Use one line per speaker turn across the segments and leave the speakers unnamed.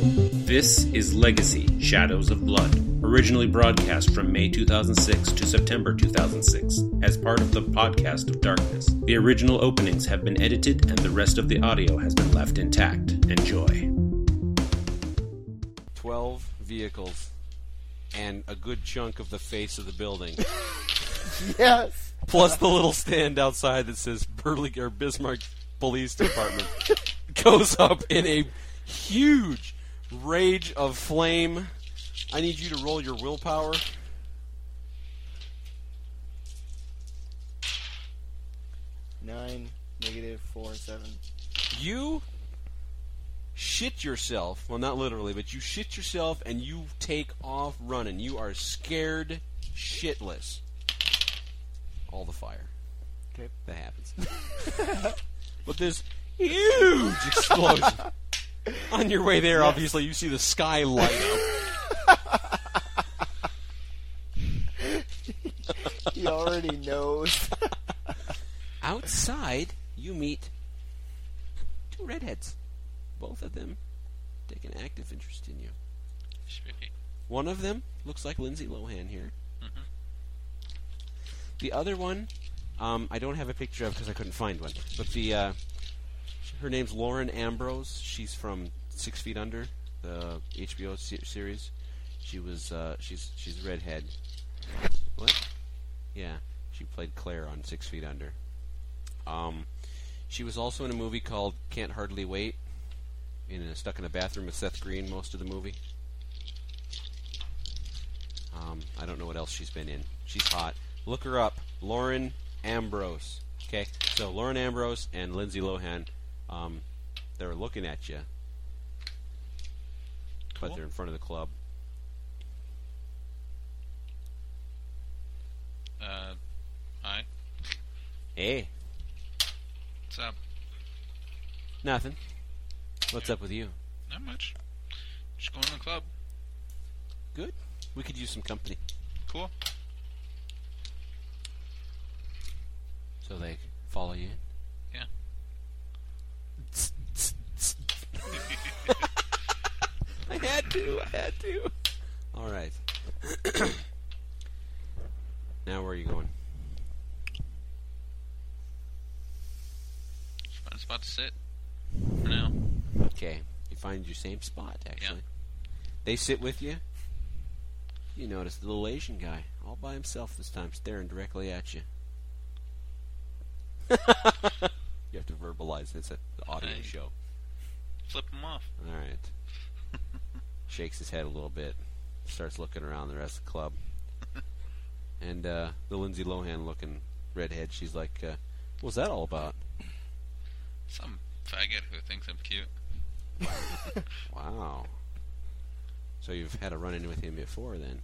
This is Legacy Shadows of Blood, originally broadcast from May 2006 to September 2006 as part of the podcast of Darkness. The original openings have been edited and the rest of the audio has been left intact. Enjoy.
12 vehicles and a good chunk of the face of the building,
Yes.
plus the little stand outside that says Burley or Bismarck Police Department, goes up in a huge rage of flame. I need you to roll your willpower.
Nine, negative four, seven.
You shit yourself. Well, not literally, but you shit yourself and you take off running. You are scared shitless. All the fire.
Okay.
That happens. but this huge explosion. On your way there, obviously, you see the sky light up.
He already knows.
Outside, you meet two redheads. Both of them take an active interest in you.
Spooky.
One of them looks like Lindsay Lohan here. The other one, um, I don't have a picture of because I couldn't find one. But the uh, her name's Lauren Ambrose. She's from Six Feet Under, the HBO se- series. She was uh, she's she's redhead. What? Yeah, she played Claire on Six Feet Under. Um, she was also in a movie called Can't Hardly Wait. In a, stuck in a bathroom with Seth Green most of the movie. Um, I don't know what else she's been in. She's hot. Look her up, Lauren Ambrose. Okay, so Lauren Ambrose and Lindsay Lohan, um, they're looking at you, but
Cool.
they're in front of the club.
Uh, hi.
Hey,
What's up?
nothing. What's up with you?
Not much. Just going to the club.
Good. We could use some company.
Cool.
So they follow you.
Yeah.
I had to. I had to. All right. now where are you going?
Just find a spot to sit. For now.
Okay. You find your same spot, actually. They sit with you. You notice the little Asian guy, all by himself this time, staring directly at you. you have to verbalize this at the audio
Hey.
show.
Flip him off.
All right. Shakes his head a little bit. Starts looking around the rest of the club. And uh, the Lindsay Lohan looking redhead, she's like, uh, What's that all about?
Some faggot who thinks I'm cute.
Wow. So you've had a run in with him before then.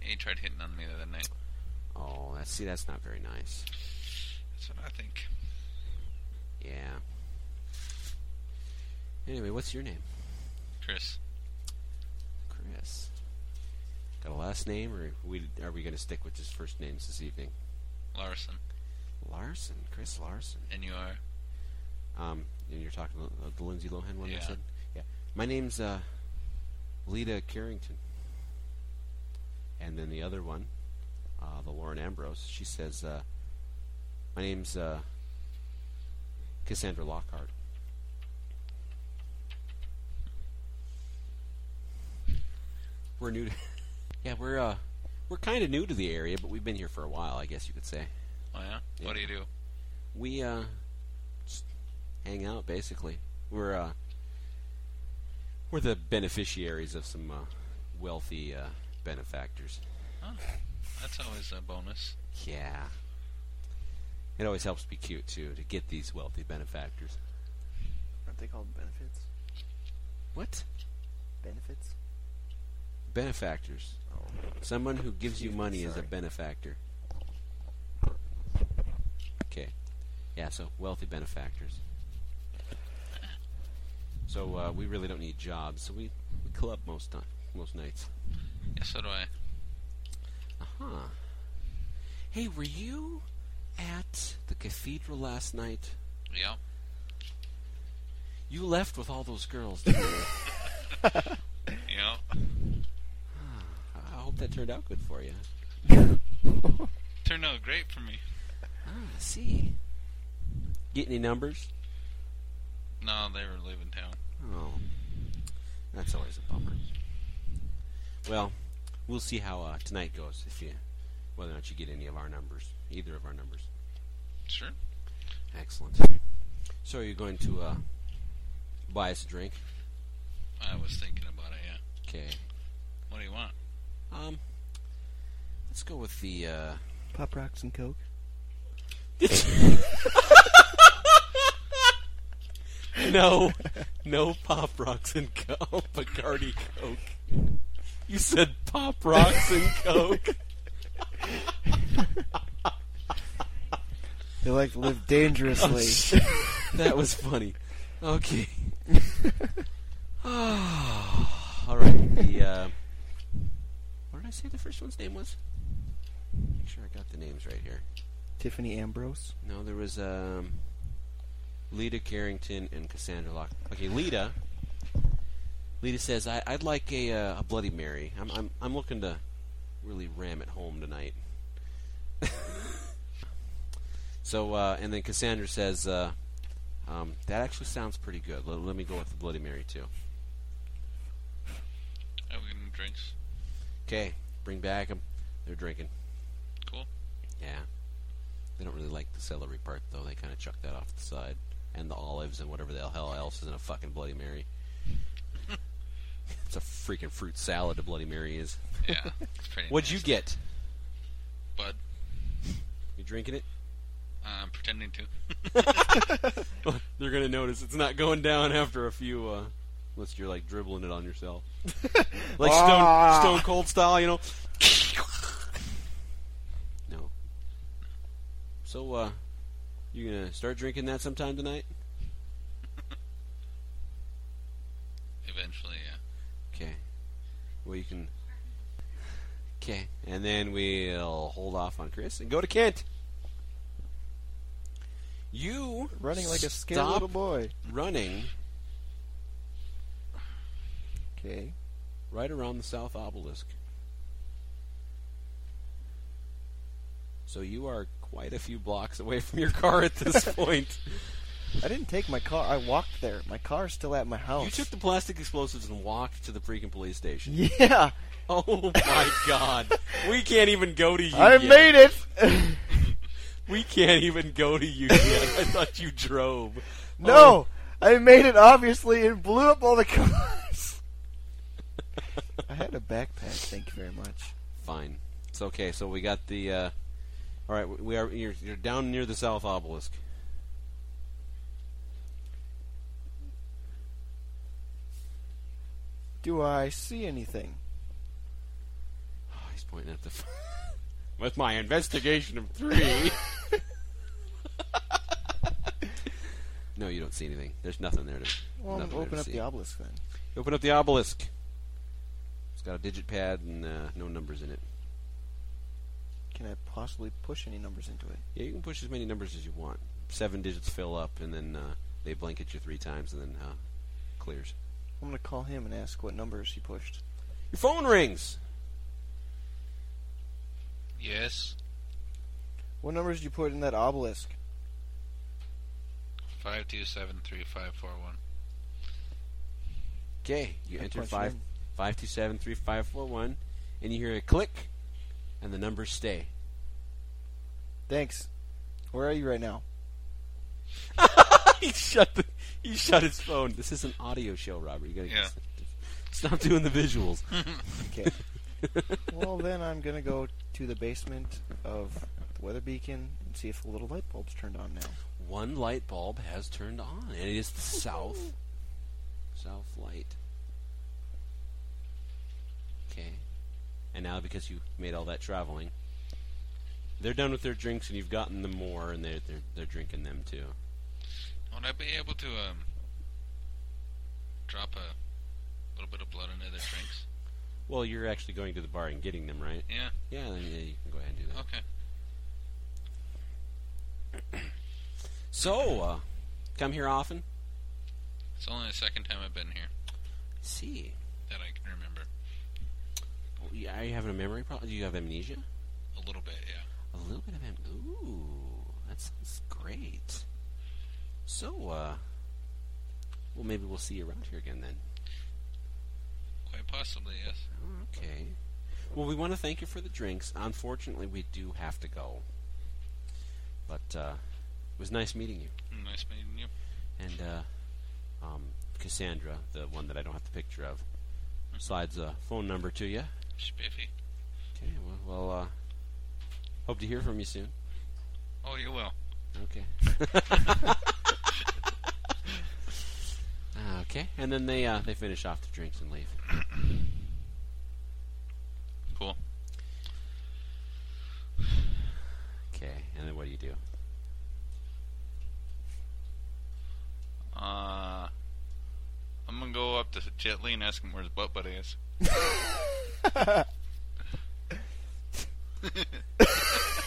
He tried hitting on me the other night.
Oh, that's, see, that's not very nice.
That's what I think.
Yeah. Anyway, what's your name?
Chris.
Chris. Got a last name, or we are we going to stick with just first names this evening?
Larson.
Larson, Chris Larson.
And you are?
Um, and you're talking the, the Lindsay Lohan one. I
Yeah.
said? Yeah. My name's uh, Lita Carrington. And then the other one, uh, the Lauren Ambrose. She says, uh, "My name's uh, Cassandra Lockhart." We're new. To yeah, we're uh, we're kind of new to the area, but we've been here for a while, I guess you could say
Oh, yeah? What do you do?
we uh just hang out basically we're uh we're the beneficiaries of some uh, wealthy uh, benefactors
That's always a bonus.
yeah it always helps to be cute too to get these wealthy benefactors
Aren't they called benefits?
what
Benefits?
benefactors
Oh.
someone who gives you
Excuse me,
money is a
sorry.
benefactor okay yeah so wealthy benefactors so uh, we really don't need jobs so we, we club most time, most nights
Yeah, so do I.
Huh. Hey, were you at the cathedral last night?
Yeah.
You left with all those girls. Didn't you?
You know,
I I hope that turned out good for you.
turned out great for me.
Ah, I see. Get any numbers?
No, they were leaving town.
Oh, that's always a bummer. Well, we'll see how uh, tonight goes. If you, whether or not you get any of our numbers, either of our numbers.
Sure.
Excellent. So you're going to uh, buy us a drink?
I was thinking about it, yeah.
Okay.
What do you want?
Um, let's go with the. Uh...
Pop rocks and coke.
no, no pop rocks and coke, Bacardi Coke. You said pop rocks and coke.
They like to live dangerously.
that was funny. Okay. Ah, All right. The uh, what did I say the first one's name was? Make sure I got the names right here.
Tiffany Ambrose.
No, there was um, Lita Carrington and Cassandra Lock. Okay, Lita. Lita says, I, "I'd like a, uh, a Bloody Mary. I'm, I'm I'm looking to really ram it home tonight." so, uh, and then Cassandra says, uh, um, "That actually sounds pretty good. Let, let me go with the Bloody Mary too."
I was getting drinks.
Okay, bring back them. They're drinking.
Cool.
Yeah. They don't really like the celery part, though. They kind of chuck that off the side. And the olives and whatever the hell else is in a fucking Bloody Mary. it's a freaking fruit salad, a Bloody Mary is.
Yeah, it's pretty
What'd you
nasty.
get?
Bud,
You drinking it?
I'm pretending to.
They're going to notice it's not going down after a few, uh, unless you're like dribbling it on yourself. like
Ah.
Stone, Stone Cold style, you know? no. So, uh, you going to start drinking that sometime tonight?
Eventually, yeah.
Okay. Well, you can. Okay, and then we'll hold off on Chris and go to Kent. You
Running like a scared
stop
little boy.
running
Okay.
right around the South Obelisk. So you are quite a few blocks away from your car at this point.
I didn't take my car. I walked there. My car's still at my house.
You took the plastic explosives and walked to the freaking police station.
Yeah,
Oh my god. We can't even go to you.
I
yet.
made it.
We can't even go to you yet. I thought you drove.
no, I made it obviously and blew up all the cars. I had a backpack. Thank you very much.
Fine. It's okay. So we got the. Uh, all right, we are. You're, you're down near the South Obelisk.
Do I see anything?
Oh, he's pointing at the. F- With my investigation of three. no, you don't see anything. There's nothing there to.
Well, I'm
nothing
gonna
there
open
to
up
see.
the obelisk then.
Open up the obelisk. It's got a digit pad and uh, no numbers in it.
Can I possibly push any numbers into it?
Yeah, you can push as many numbers as you want. Seven digits fill up, and then uh, they blanket you three times, and then uh, clears.
I'm gonna call him and ask what numbers he pushed.
Your phone rings.
Yes,
What numbers did you put in that obelisk?
five two seven three five four one.
Okay, you
I
enter
punched
five
in.
five two seven three five four one, and you hear a click, and the numbers stay.
Thanks. Where are you right now?
he shut the he shut his phone. This is an audio show, Robert. You gotta
Yeah.
stop doing the visuals.
Okay. well, then I'm gonna go to the basement of the weather beacon and see if the little light bulb's turned on now.
One light bulb has turned on, and it is the south south light. Okay, and now because you made all that traveling, they're done with their drinks, and you've gotten them more, and they're they're, they're drinking them too.
Would I be able to um drop a little bit of blood into their drinks?
Well, you're actually going to the bar and getting them, right?
Yeah.
Yeah, then yeah, you can go ahead and do that.
Okay.
So, uh, come here often?
It's It's only the second time I've been here
See,
that I can remember.
are you having a memory problem? Do you have amnesia?
A little bit, yeah.
A little bit of him. Ooh, that sounds great. So, uh, well, maybe we'll see you around here again then.
Quite possibly, yes.
Okay. Well, we want to thank you for the drinks. Unfortunately, we do have to go. But uh, it was nice meeting you.
Hmm, Nice meeting you.
And uh, um, Cassandra, the one that I don't have the picture of, slides a phone number to you.
Spiffy.
Okay. Well, well uh, hope to hear from you soon.
Oh, you will.
Okay. okay, and then they uh, they finish off the drinks and leave.
Cool.
Okay, and then what do you do?
Uh, I'm gonna go up to Jet Li and ask him where his butt buddy is.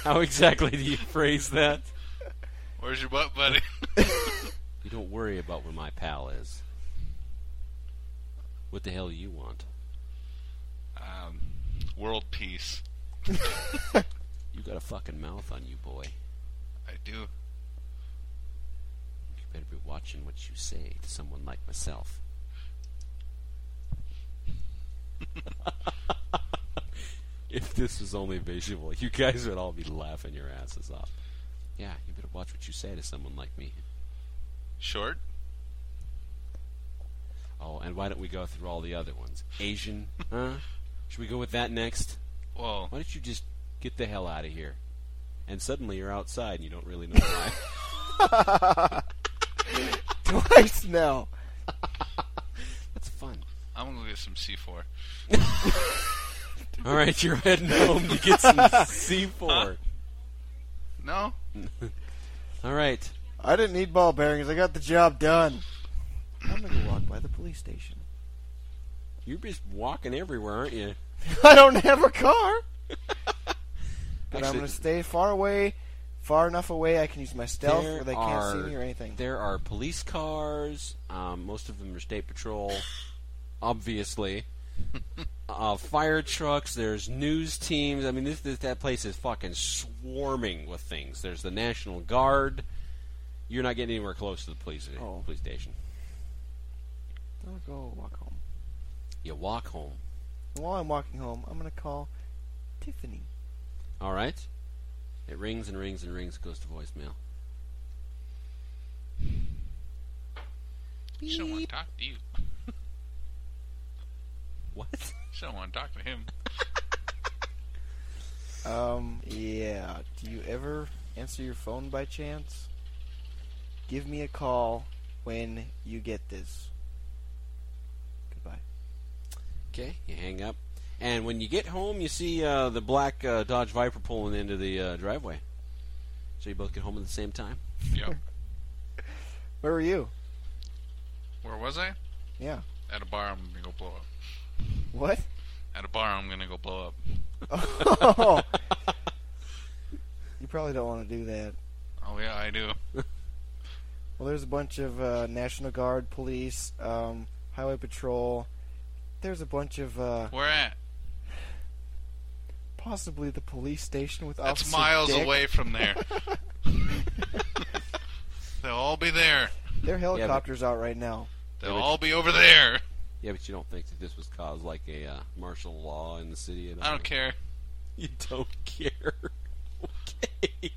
How exactly do you phrase that?
Where's your butt buddy?
You don't worry about where my pal is. What the hell do you want?
um, world peace.
You got a fucking mouth on you, boy.
I do.
You better be watching what you say to someone like myself. if this was only visual, you guys would all be laughing your asses off. Yeah, you better watch what you say to someone like me.
Short?
Oh, and why don't we go through all the other ones? Asian, huh? Should we go with that next?
Well,
Why don't you just get the hell out of here? And suddenly you're outside and you don't really know why.
Twice now.
That's fun.
I'm gonna go get some C4.
All right, you're heading home to get some C4.
No?
All right.
I didn't need ball bearings. I got the job done. I'm gonna walk by the police station.
You're just walking everywhere, aren't you?
I don't have a car, but I'm
Actually,
gonna stay far away, far enough away I can use my stealth
there
where they can't
are,
see me or anything.
There are police cars. Um, most of them are state patrol, obviously. uh, fire trucks. There's news teams. I mean, this, this that place is fucking swarming with things. There's the National Guard. You're not getting anywhere close to the police eh,
Oh.
police station.
I'll go walk home.
You walk home.
And while I'm walking home, I'm gonna call Tiffany.
All right. It rings and rings and rings. Goes to voicemail.
She don't wanna talk to you.
What?
She don't wanna talk to him.
Um, yeah. Do you ever answer your phone by chance? Give me a call when you get this. Goodbye.
Okay, you hang up, and when you get home, you see uh, the black uh, Dodge Viper pulling into the uh, driveway. So you both get home at the same time.
Yep.
Where were you?
Where was I?
Yeah.
At a bar I'm gonna go blow up.
What?
At a bar I'm gonna go blow up.
Oh. you probably don't want to do that.
Oh yeah, I do.
Well, there's a bunch of uh, National Guard, police, um, highway patrol. There's a bunch of uh,
Where at?
possibly the police station with
That's
Officer
miles
Dick.
away from there. They'll all be there.
Their helicopter's out right now.
They'll
Yeah, but-
all be over there.
Yeah, but you don't think that this was caused like a uh, martial law in the city? At all?
I don't care.
You don't care. okay.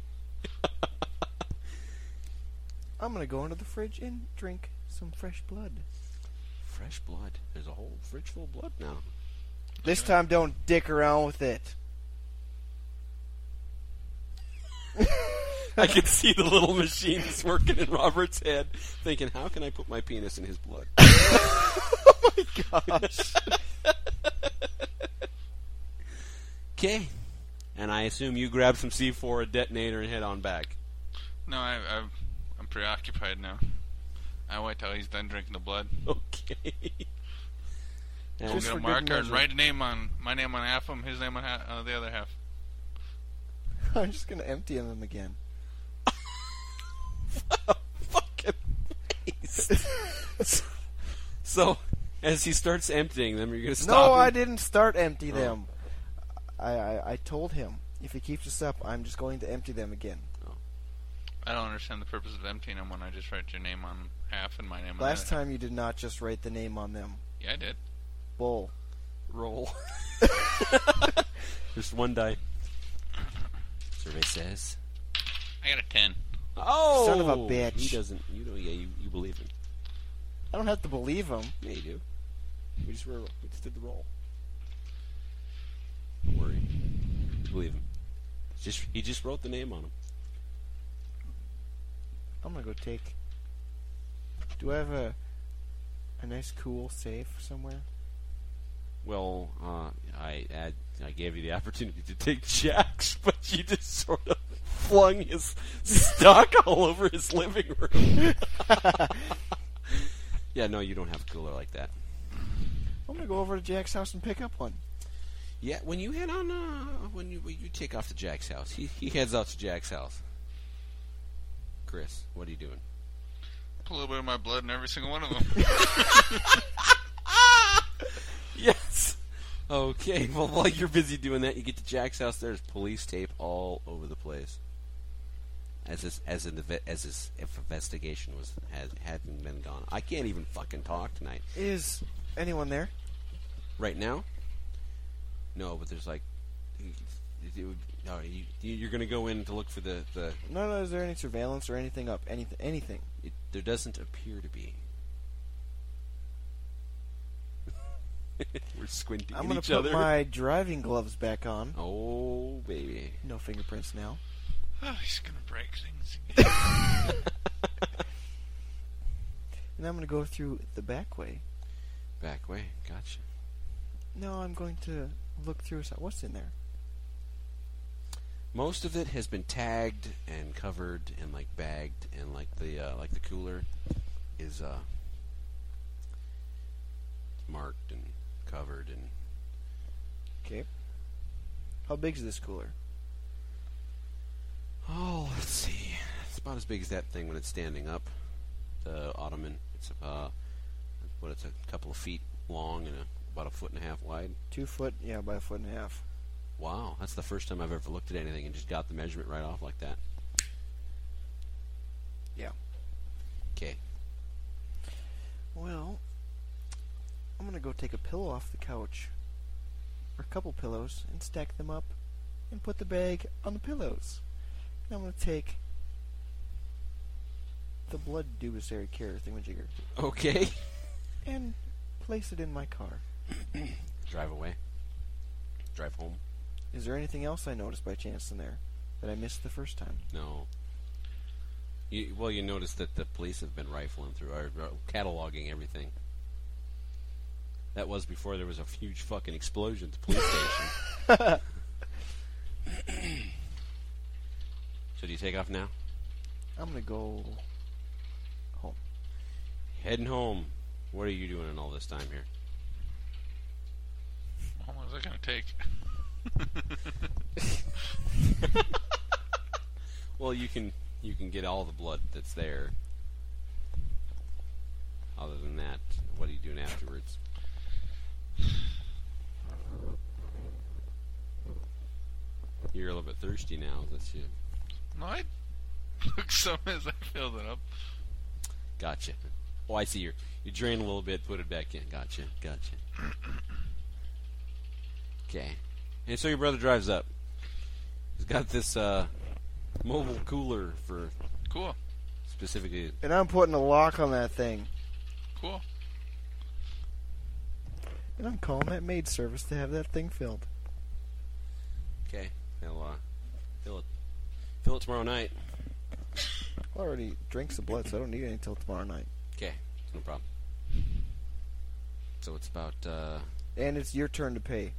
I'm gonna go into the fridge and drink some fresh blood.
Fresh blood. There's a whole fridge full of blood now.
This time, don't dick around with it.
I can see the little machines working in Robert's head, thinking, "How can I put my penis in his blood?" Oh
Gosh.
Okay. And I assume you grab some C4, a detonator, and head on back.
No, I, I, I'm preoccupied now. I wait till he's done drinking the blood.
Okay. And-
I'm
Just for
gonna
good
mark her and
measure.
write a name on my name on half of him, his name on ha- uh, the other half.
I'm just gonna empty them again.
fucking waste. So, as he starts emptying them, you're gonna stop.
No,
him?
I didn't start empty them. I, I I told him if he keeps this up, I'm just going to empty them again.
I don't understand the purpose of emptying them when I just write your name on half and my name on
Last
the other.
time you did not just write the name on them.
Yeah, I did.
Bull.
roll. Just one die. Survey says.
I got a 10.
Oh,
Son of a bitch.
He doesn't. You know, yeah, you, you believe him.
I don't have to believe him.
Yeah, you do. We just were, we just did the roll. Don't worry. You believe him. It's Just he just wrote the name on him.
I'm gonna go take. Do I have a a nice cool safe somewhere?
Well, uh, I, I I gave you the opportunity to take Jack's, but you just sort of flung his stock all over his living room. yeah, no, you don't have a cooler like that.
I'm gonna go over to Jack's house and pick up one.
Yeah, when you head on, uh, when you when you take off to Jack's house, he he heads out to Jack's house. Chris, what are you doing?
Put a little bit of my blood in every single one of them.
Yes. Okay. Well, while you're busy doing that, you get to Jack's house. There's police tape all over the place. As this, as an ev- as this investigation was has hadn't been gone. I can't even fucking talk tonight.
Is anyone there?
Right now. No, but there's like, it would, no, you, you're gonna go in to look for the the.
No, no. Is there any surveillance or anything up? Anything? Anything?
It, there doesn't appear to be. We're squinting
I'm
at
gonna
each
put
other.
my driving gloves back on.
Oh baby.
No fingerprints now.
oh, he's gonna break things.
And I'm gonna go through the back way.
Back way. Gotcha.
No, I'm going to look through. so- What's in there?
Most of it has been tagged and covered and like bagged and like the uh, like the cooler is uh, marked and covered and
Okay. How big's this cooler?
oh let's see it's about as big as that thing when it's standing up the ottoman it's uh what it's a couple of feet long and a, about a foot and a half wide
Two foot, yeah, by a foot and a half.
wow that's the first time I've ever looked at anything and just got the measurement right off like that
Yeah.
okay
Well, I'm gonna go take a pillow off the couch, or a couple pillows, and stack them up, and put the bag on the pillows. And I'm gonna take the blood dubicary carrier thingamajigger
okay
and place it in my car.
drive away drive home
Is there anything else I noticed by chance in there that I missed the first time?
No. You, well, you notice that the police have been rifling through, or uh, cataloging everything. That was before there was a huge fucking explosion at the police station. so do you take off now?
I'm gonna go home.
Heading home. What are you doing in all this time here?
How long is that gonna take?
Well, you can you can get all the blood that's there. Other than that, what are you doing afterwards? You're a little bit thirsty now. That's you.
No, I took some as I filled it up.
Gotcha. Oh, I see. You you drain a little bit, put it back in. Gotcha. Gotcha. Okay. And so your brother drives up. He's got this uh, mobile cooler for
Cool,
specifically
And I'm putting a lock on that thing.
cool.
And I'm calling that maid service to have that thing filled.
Okay. He'll uh, fill it. Fill it tomorrow night.
I already drank some blood, so I don't need any until tomorrow night.
Okay. No problem. So it's about uh,
And it's your turn to pay.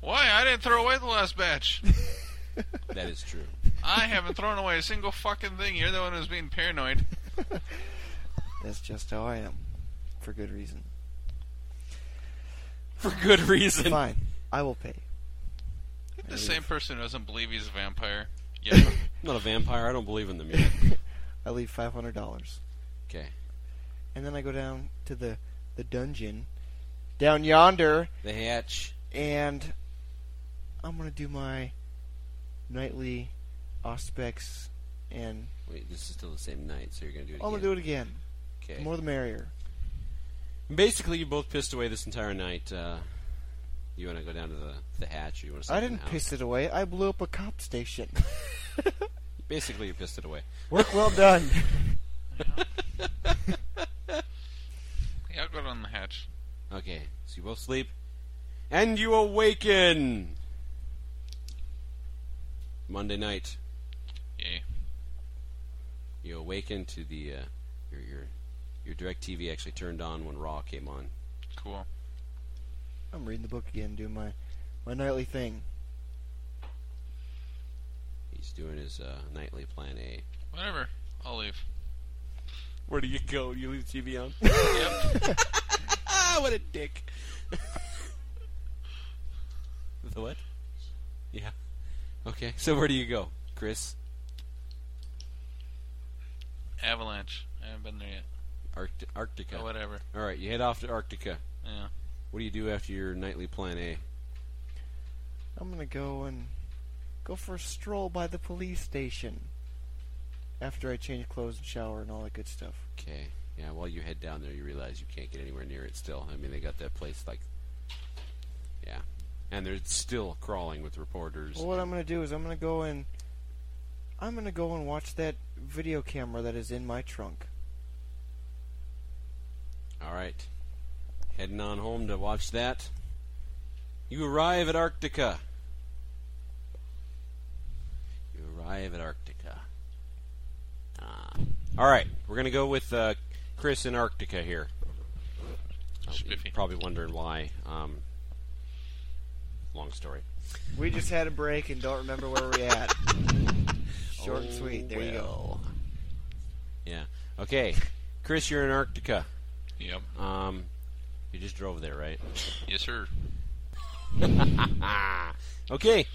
Why? I didn't throw away the last batch.
that is true.
I haven't thrown away a single fucking thing. You're the one who's being paranoid.
That's just how I am. For good reason.
For good reason.
Fine. I will pay.
The same person who doesn't believe he's a vampire. Yeah.
I'm not a vampire. I don't believe in them yet.
I leave $500.
Okay.
and then I go down to the the dungeon down yonder,
The hatch.
and I'm gonna do my nightly auspex, and
Wait, this is still the same night, so you're gonna do it.
I'm gonna
again.
do it again.
Okay.
The more the merrier.
Basically, you both pissed away this entire night. Uh, you want to go down to the, the hatch? Or you want to?
I didn't piss it away. I blew up a cop station.
Basically, you pissed it away.
Work well done.
Yeah, I'll go down the hatch.
Okay, so you both sleep, and you awaken. Monday night,
Yay.
you awaken to the uh, your your your direct TV actually turned on when Raw came on.
Cool.
I'm reading the book again, doing my my nightly thing.
He's doing his uh, nightly plan A.
Whatever. I'll leave.
Where do you go? You leave the TV on.
Yep.
ah, what a dick. the what? Yeah. Okay, so where do you go, Chris?
Avalanche. I haven't been there yet.
Arct- Arctica.
But whatever.
All right, you head off to Arctica.
Yeah.
What do you do after your nightly plan A?
I'm gonna go and go for a stroll by the police station after I change clothes and shower and all that good stuff.
Okay. Yeah, while you head down there, you realize you can't get anywhere near it still. I mean, they got that place like. Yeah. And they're still crawling with reporters.
Well, what I'm gonna do is I'm gonna go and I'm gonna go and watch that video camera that is in my trunk.
All right. Heading on home to watch that. You arrive at Arctica. You arrive at Arctica. Ah. All right. We're going to go with uh, Chris in Arctica here. Uh, you're
Spiffy.
probably wondering why. Um, long story.
We just had a break and don't remember where we're at. Short and
Oh,
sweet. There you go.
well. Yeah. Okay. Chris, you're in Arctica.
Yep.
Um, you just drove there, right?
Yes, sir.
Ah. Okay.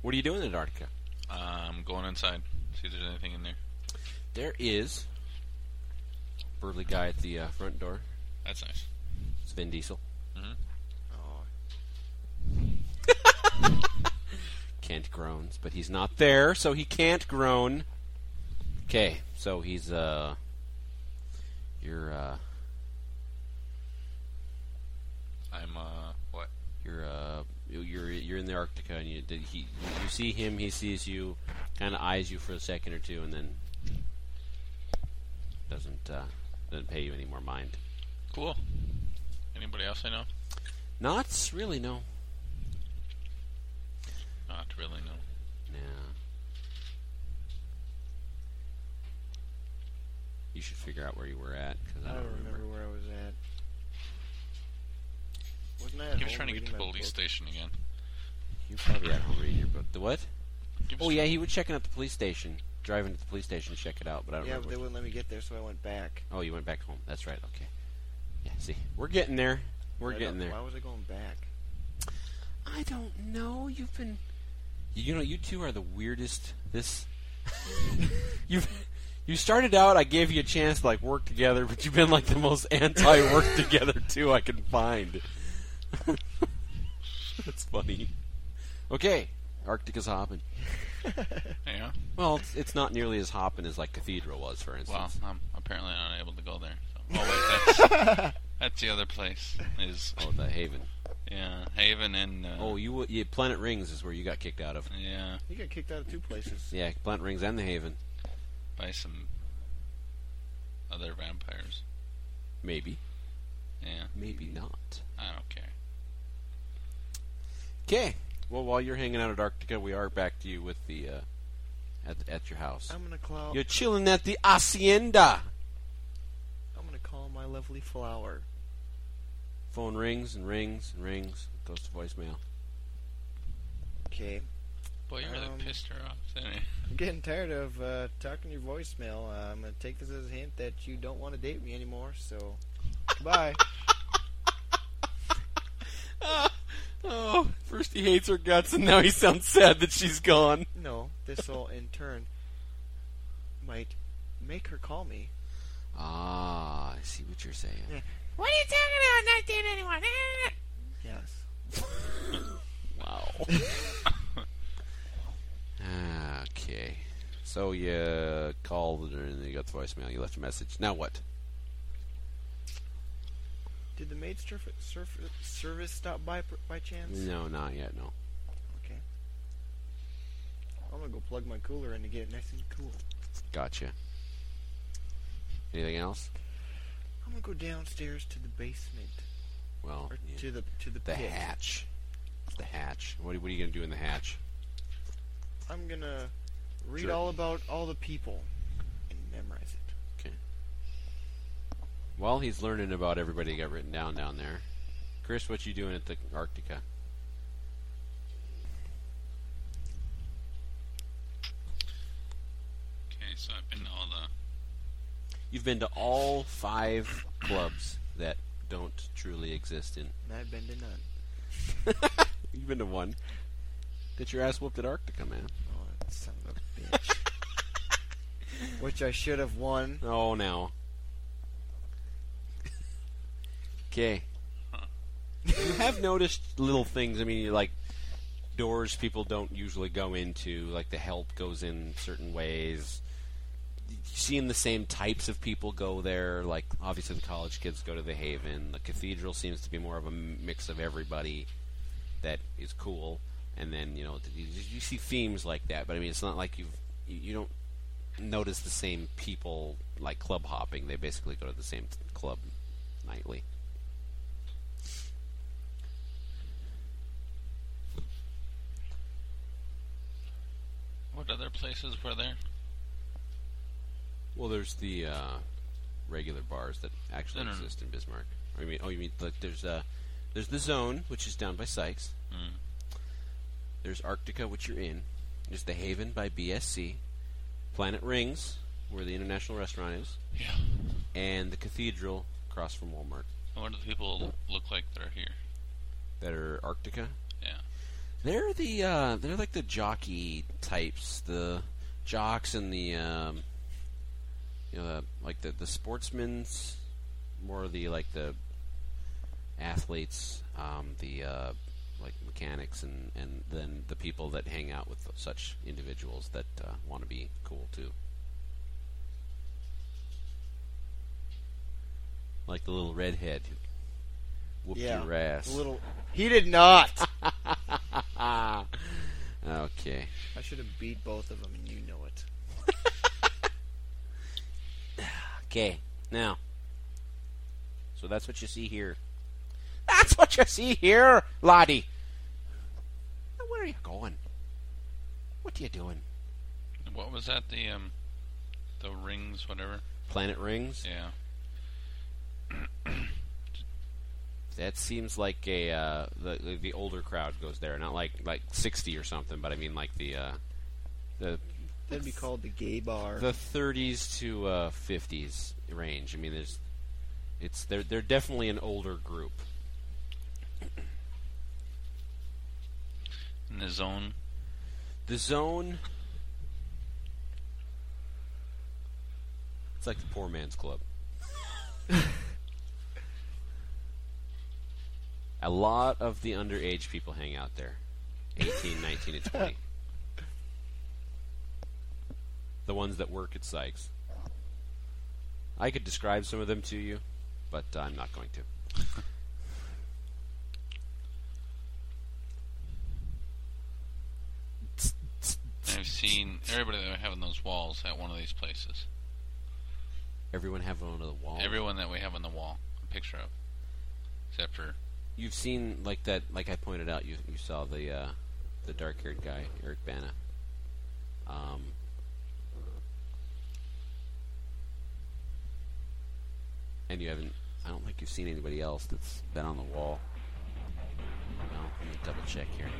What are you doing at Arctica?
I'm going inside. See if there's anything in there.
There is a burly guy at the uh, front door.
That's nice.
It's Vin Diesel.
Mm-hmm.
Mhm.
Oh. Kent groans, but he's not there, so he can't groan. Okay, so he's uh, you're uh,
I'm uh, what?
you're uh, you're you're in the Arctica, and you he you see him, he sees you, kind of eyes you for a second or two, and then doesn't uh, doesn't pay you any more mind.
Cool. Anybody else I know?
Not really, no.
Not really. No.
Yeah. You should figure out where you were at because
I don't remember where I was at. Wasn't I? At
He was
home
trying to get
reading
to the
my
police
book?
station again.
You're probably at home reading your book. The what?
Give us-
Oh yeah, he was checking out the police station, driving to the police station to check it out. But I don't
Yeah, but
remember.
they
which-
wouldn't let me get there, so I went back.
Oh, you went back home. That's right. Okay. Yeah. See, we're getting there. We're
I
getting
don't-
there.
Why was I going back?
I don't know. You've been. You know, you two are the weirdest. This. you've. You started out. I gave you a chance to like work together, but you've been like the most anti-work together too I can find. That's funny. Okay, Arctica's hopping.
Yeah.
Well, it's, it's not nearly as hopping as like Cathedral was, for instance.
Well, I'm apparently not able to go there. So. Oh wait, that's, that's the other place. Is
Oh, the Haven.
yeah, Haven and uh,
Oh, you, you Planet Rings is where you got kicked out of.
yeah,
You got kicked out of two places.
Yeah, Planet Rings and the Haven,
by some other vampires.
maybe,
Yeah,
maybe not.
I don't care.
Okay. Well, while you're hanging out at Arctica, we are back to you with the uh, at at your house.
I'm gonna call.
You're chilling at the hacienda.
I'm gonna call my lovely flower.
Phone rings and rings and rings. Goes to voicemail.
Okay.
Boy, you really
Um,
pissed her off, didn't you?
I'm getting tired of uh, talking to your voicemail. Uh, I'm gonna take this as a hint that you don't want to date me anymore. So, goodbye.
Oh, first he hates her guts, and now he sounds sad that she's gone.
No, this will in turn might make her call me.
Ah, I see what you're saying.
What are you talking about? Not dead anyone.
Yes.
Wow. okay. So you called and you got the voicemail. You left a message. Now what?
Did the maid surf- surf- service stop by per- by chance?
No, not yet. No.
Okay. I'm gonna go plug my cooler in to get it nice and cool.
Gotcha. Anything else?
I'm gonna go downstairs to the basement
Well,
or
yeah.
to the to the,
the
pit.
hatch. The hatch. What, are- what are you going to do in the hatch?
I'm gonna read
Sure.
all about all the people and memorize it.
Well, he's learning about everybody that got written down down there. Chris, what you doing at the Arctica?
Okay, so I've been to all the.
You've been to all five clubs that don't truly exist in.
And I've been to none.
You've been to one. Get your ass whooped at Arctica, man.
Oh, that son of a bitch. Which I should have won.
Oh, now. Okay. you have noticed little things. I mean, like doors people don't usually go into. Like the help goes in certain ways. You- Seeing the same types of people go there, like obviously the college kids go to the Haven. The cathedral seems to be more of a m- mix of everybody that is cool. And then you know you, you see themes like that, but I mean it's not like you've you, you don't notice the same people like club hopping. They basically go to the same club nightly.
What other places were there?
Well, there's the uh, regular bars that actually
No, no, no.
exist in Bismarck. Or you mean, oh, you mean like there's uh, there's the Zone, which is down by Sykes.
Mm.
There's Arctica, which you're in. There's the Haven by BSC. Planet Rings, where the international restaurant is,
Yeah.
and the Cathedral across from Walmart.
What do the people look like that are here?
That are Arctica.
Yeah.
They're the uh, they're like the jockey types, the jocks and the um, you know the, like the the sportsmen's more the like the athletes, um, the uh, like mechanics and and then the people that hang out with such individuals that uh, want to be cool too. Like the little redhead who whooped
Yeah,
your ass.
A little. He did not.
okay.
I should have beat both of them, and you know it.
Okay, now. So that's what you see here. That's what you see here, Lottie. Now, where are you going? What are you doing?
What was that? The um, the rings, whatever.
Planet rings?
Yeah.
That seems like a uh, the the older crowd goes there, not like like sixty or something, but I mean like the uh, the
That'd be called the gay bar.
the thirties to uh, fifties range. I mean, there's it's they're they're definitely an older group.
In the zone.
The zone. It's like the poor man's club. A lot of the underage people hang out there 18, 19, and 20. The ones that work at Sykes. I could describe some of them to you, but I'm not going to.
And I've seen everybody that we have on those walls at one of these places.
Everyone have one of the wall.
Everyone that we have on the wall, a picture of, except for
you've seen like that like I pointed out you you saw the uh, the dark haired guy Eric Bana um, and you haven't I don't think you've seen anybody else that's been on the wall well let me double check here